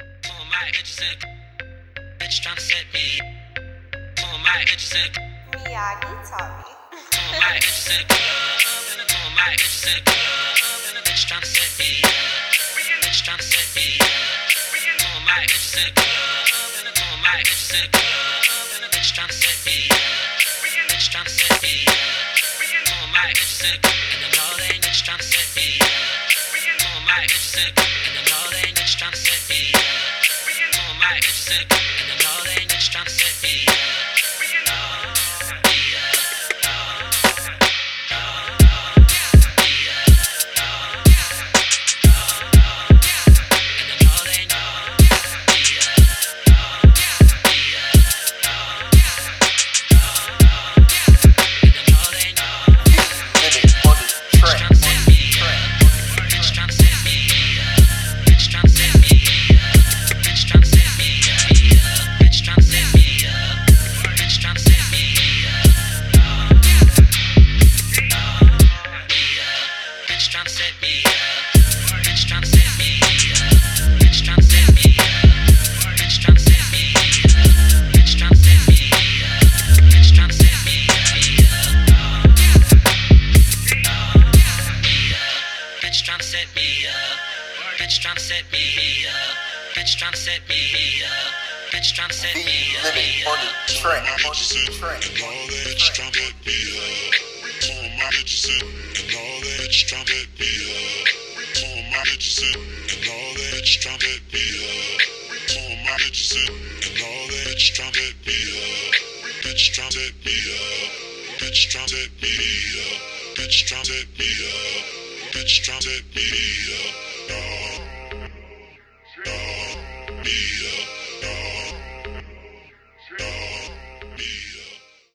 my bitches in a bitch tryna set me. Two of my bitches in a Miyagi taught me. two of my bitches in a club, and two of my bitches in a club, and a bitch tryna set me. Bitch tryna set me. Two of my bitches in a club, and two of my bitches in a club, and a bitch tryna set me. Bitch tryna set me. Two of my bitches in a club, and the whole ain't bitch tryna set me. Two of my bitches in a club, and the whole ain't bitch tryna set me. Two of my bitches in a club, and the whole ain't bitch tryna set me. Bitch tryna set me up. Bitch tryna set me up. Bitch tryna set me up. Bitch tryna set be me up. living on the track. On the track. and all that you tryna let me up. Two of my bitches in, and all that you tryna let me up. Two of my bitches in, and all that you tryna let me up. Two of my bitches in, and all that you tryna let me up. Bitch tryna set me up. Bitch tryna set me up. Bitch tryna set me up. Bitch tryna set me up. No.